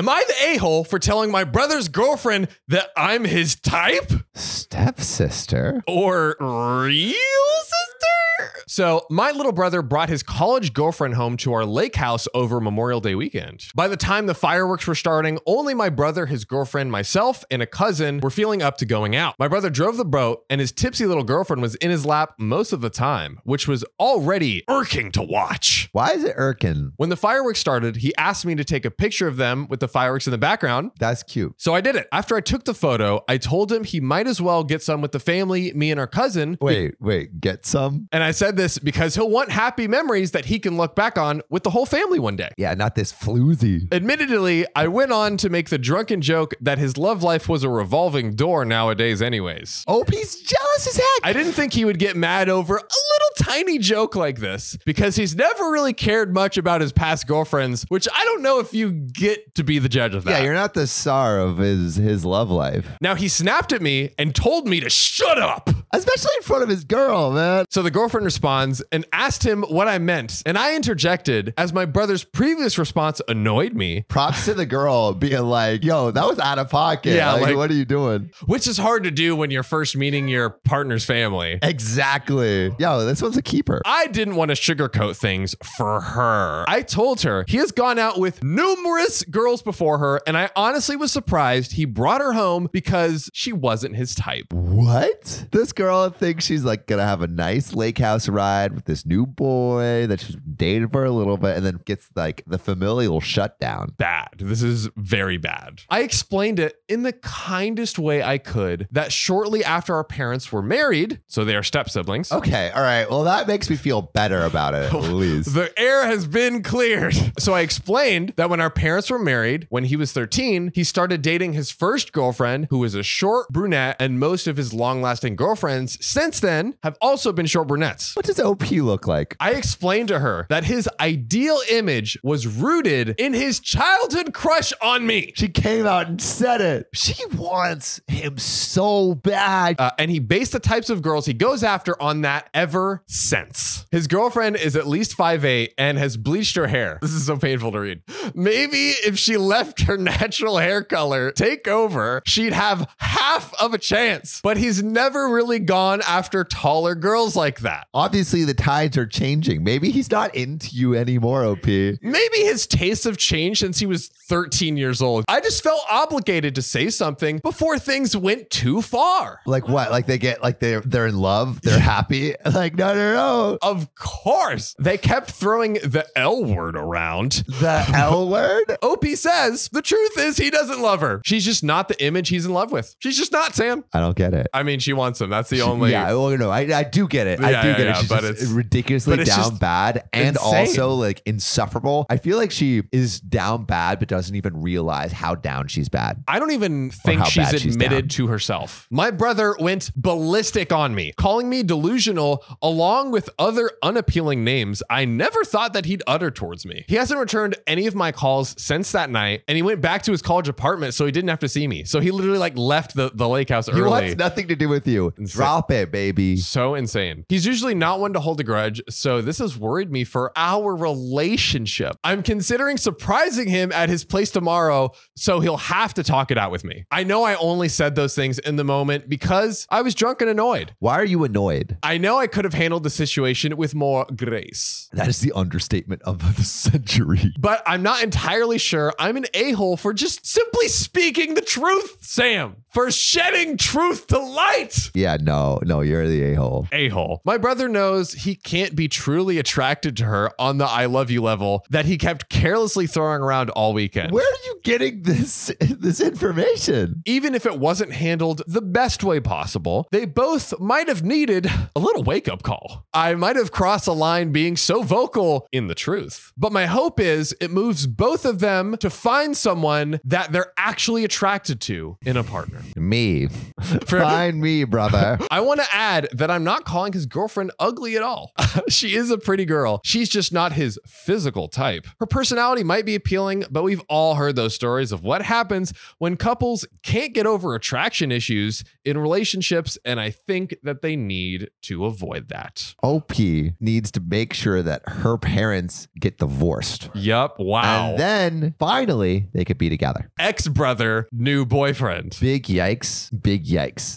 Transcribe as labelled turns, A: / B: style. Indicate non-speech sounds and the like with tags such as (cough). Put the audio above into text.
A: Am I the a hole for telling my brother's girlfriend that I'm his type?
B: Stepsister?
A: or real sister. So, my little brother brought his college girlfriend home to our lake house over Memorial Day weekend. By the time the fireworks were starting, only my brother, his girlfriend, myself, and a cousin were feeling up to going out. My brother drove the boat, and his tipsy little girlfriend was in his lap most of the time, which was already irking to watch.
B: Why is it irking?
A: When the fireworks started, he asked me to take a picture of them with the fireworks in the background.
B: That's cute.
A: So I did it. After I took the photo, I told him he might as well get some with the family, me and our cousin.
B: Wait, wait, get some?
A: And I said this because he'll want happy memories that he can look back on with the whole family one day.
B: Yeah, not this floozy.
A: Admittedly, I went on to make the drunken joke that his love life was a revolving door nowadays, anyways.
B: Oh, he's jealous as heck.
A: I didn't think he would get mad over a little tiny joke like this because he's never really cared much about his past girlfriends, which I don't know if you get to be the judge of that.
B: yeah, you're not the star of his his love life.
A: Now he snapped at me and told me to shut up.
B: Especially in front of his girl, man.
A: So the girlfriend responds and asked him what I meant. And I interjected as my brother's previous response annoyed me,
B: Props to the girl being like, yo, that was out of pocket.
A: Yeah,
B: like,
A: like-
B: what are you doing?
A: which is hard to do when you're first meeting your partner's family.
B: Exactly. Yo, this one's a keeper.
A: I didn't want to sugarcoat things for her. I told her he has gone out with numerous girls before her, and I honestly was surprised he brought her home because she wasn't his type.
B: What? This girl thinks she's like gonna have a nice lake house ride with this new boy that she's dated for a little bit and then gets like the familial shutdown.
A: bad. This is very bad. I explained it in the kindest way I could that shortly after our parents were married, so they are step siblings,
B: Okay, all right. Well, that makes me feel better about (laughs) it, at least.
A: the air has been cleared. (laughs) So I explained that when our parents were married, when he was 13, he started dating his first girlfriend, who was a short brunette, and most of his long lasting girlfriends since then have also been short brunettes.
B: What does OP look like?
A: I explained to her that his ideal image was rooted in his childhood crush on me.
B: She came out and said it. She wants him so bad.
A: Uh, and he based the types of girls he goes after on that ever since. His girlfriend is at least 5'8 and has bleached her hair. This is so painful to read. Maybe if she left her natural hair color take over, she'd have half of a chance. But he's never really gone after taller girls like that.
B: Obviously, the tides are changing. Maybe he's not into you anymore, OP.
A: Maybe his tastes have changed since he was 13 years old. I just felt obligated to say something before things went too far.
B: Like what? Like they get like they're they're in love, they're happy. (laughs) Like no, no, no.
A: Of course, they kept throwing the L word around.
B: The (laughs) L word.
A: Opie says the truth is he doesn't love her. She's just not the image he's in love with. She's just not, Sam.
B: I don't get it.
A: I mean, she wants him. That's the only.
B: Yeah, well, no, I, I do get it. I
A: Yeah,
B: do
A: yeah,
B: get it.
A: yeah,
B: She's
A: but
B: just
A: it's-
B: ridiculously
A: but it's
B: down
A: just
B: bad and
A: insane.
B: also like insufferable. I feel like she is down bad, but doesn't even realize how down she's bad.
A: I don't even think
B: how
A: she's
B: bad she's down.
A: admitted to herself. My brother went ballistic on me, calling me delusional along with other unappealing names I never thought that he'd utter towards me. He hasn't returned any of my calls since that night, and he went back to his college apartment so he didn't have to see me. So he literally like left the, the lake house
B: He
A: early.
B: wants nothing to do with you.
A: Insane.
B: Drop it, baby.
A: So insane. He's usually not one to hold a grudge, so this has worried me for our relationship. I'm considering surprising him at his place tomorrow, so he'll have to talk it out with me. I know I only said those things in the moment because I was drunk and annoyed.
B: Why are you annoyed?
A: I know I could have handled the situation with more grace.
B: That is the understatement of the (laughs) century.
A: But I'm not entirely sure I'm an a hole for just simply speaking the truth, Sam, for shedding truth to light.
B: Yeah, no, no, you're the a hole.
A: a hole. My brother knows he can't be truly attracted to her on the I love you level that he kept carelessly throwing around all weekend.
B: Where are you getting this (laughs) this information?
A: Even if it wasn't handled the best way possible, they both might have needed a little wake up call. I might have crossed a line being so vocal in the truth. But my hope is it moves both of them to find someone that they're actually attracted to in a partner.
B: Me.
A: For-
B: Find me, brother.
A: I want to add that I'm not calling his girlfriend ugly at all. (laughs) she is a pretty girl. She's just not his physical type. Her personality might be appealing, but we've all heard those stories of what happens when couples can't get over attraction issues in relationships. And I think that they need to avoid that.
B: OP needs to make sure that her parents get divorced.
A: Yep. Wow.
B: And then finally, they could be together.
A: Ex brother, new boyfriend.
B: Big yikes. Big yikes.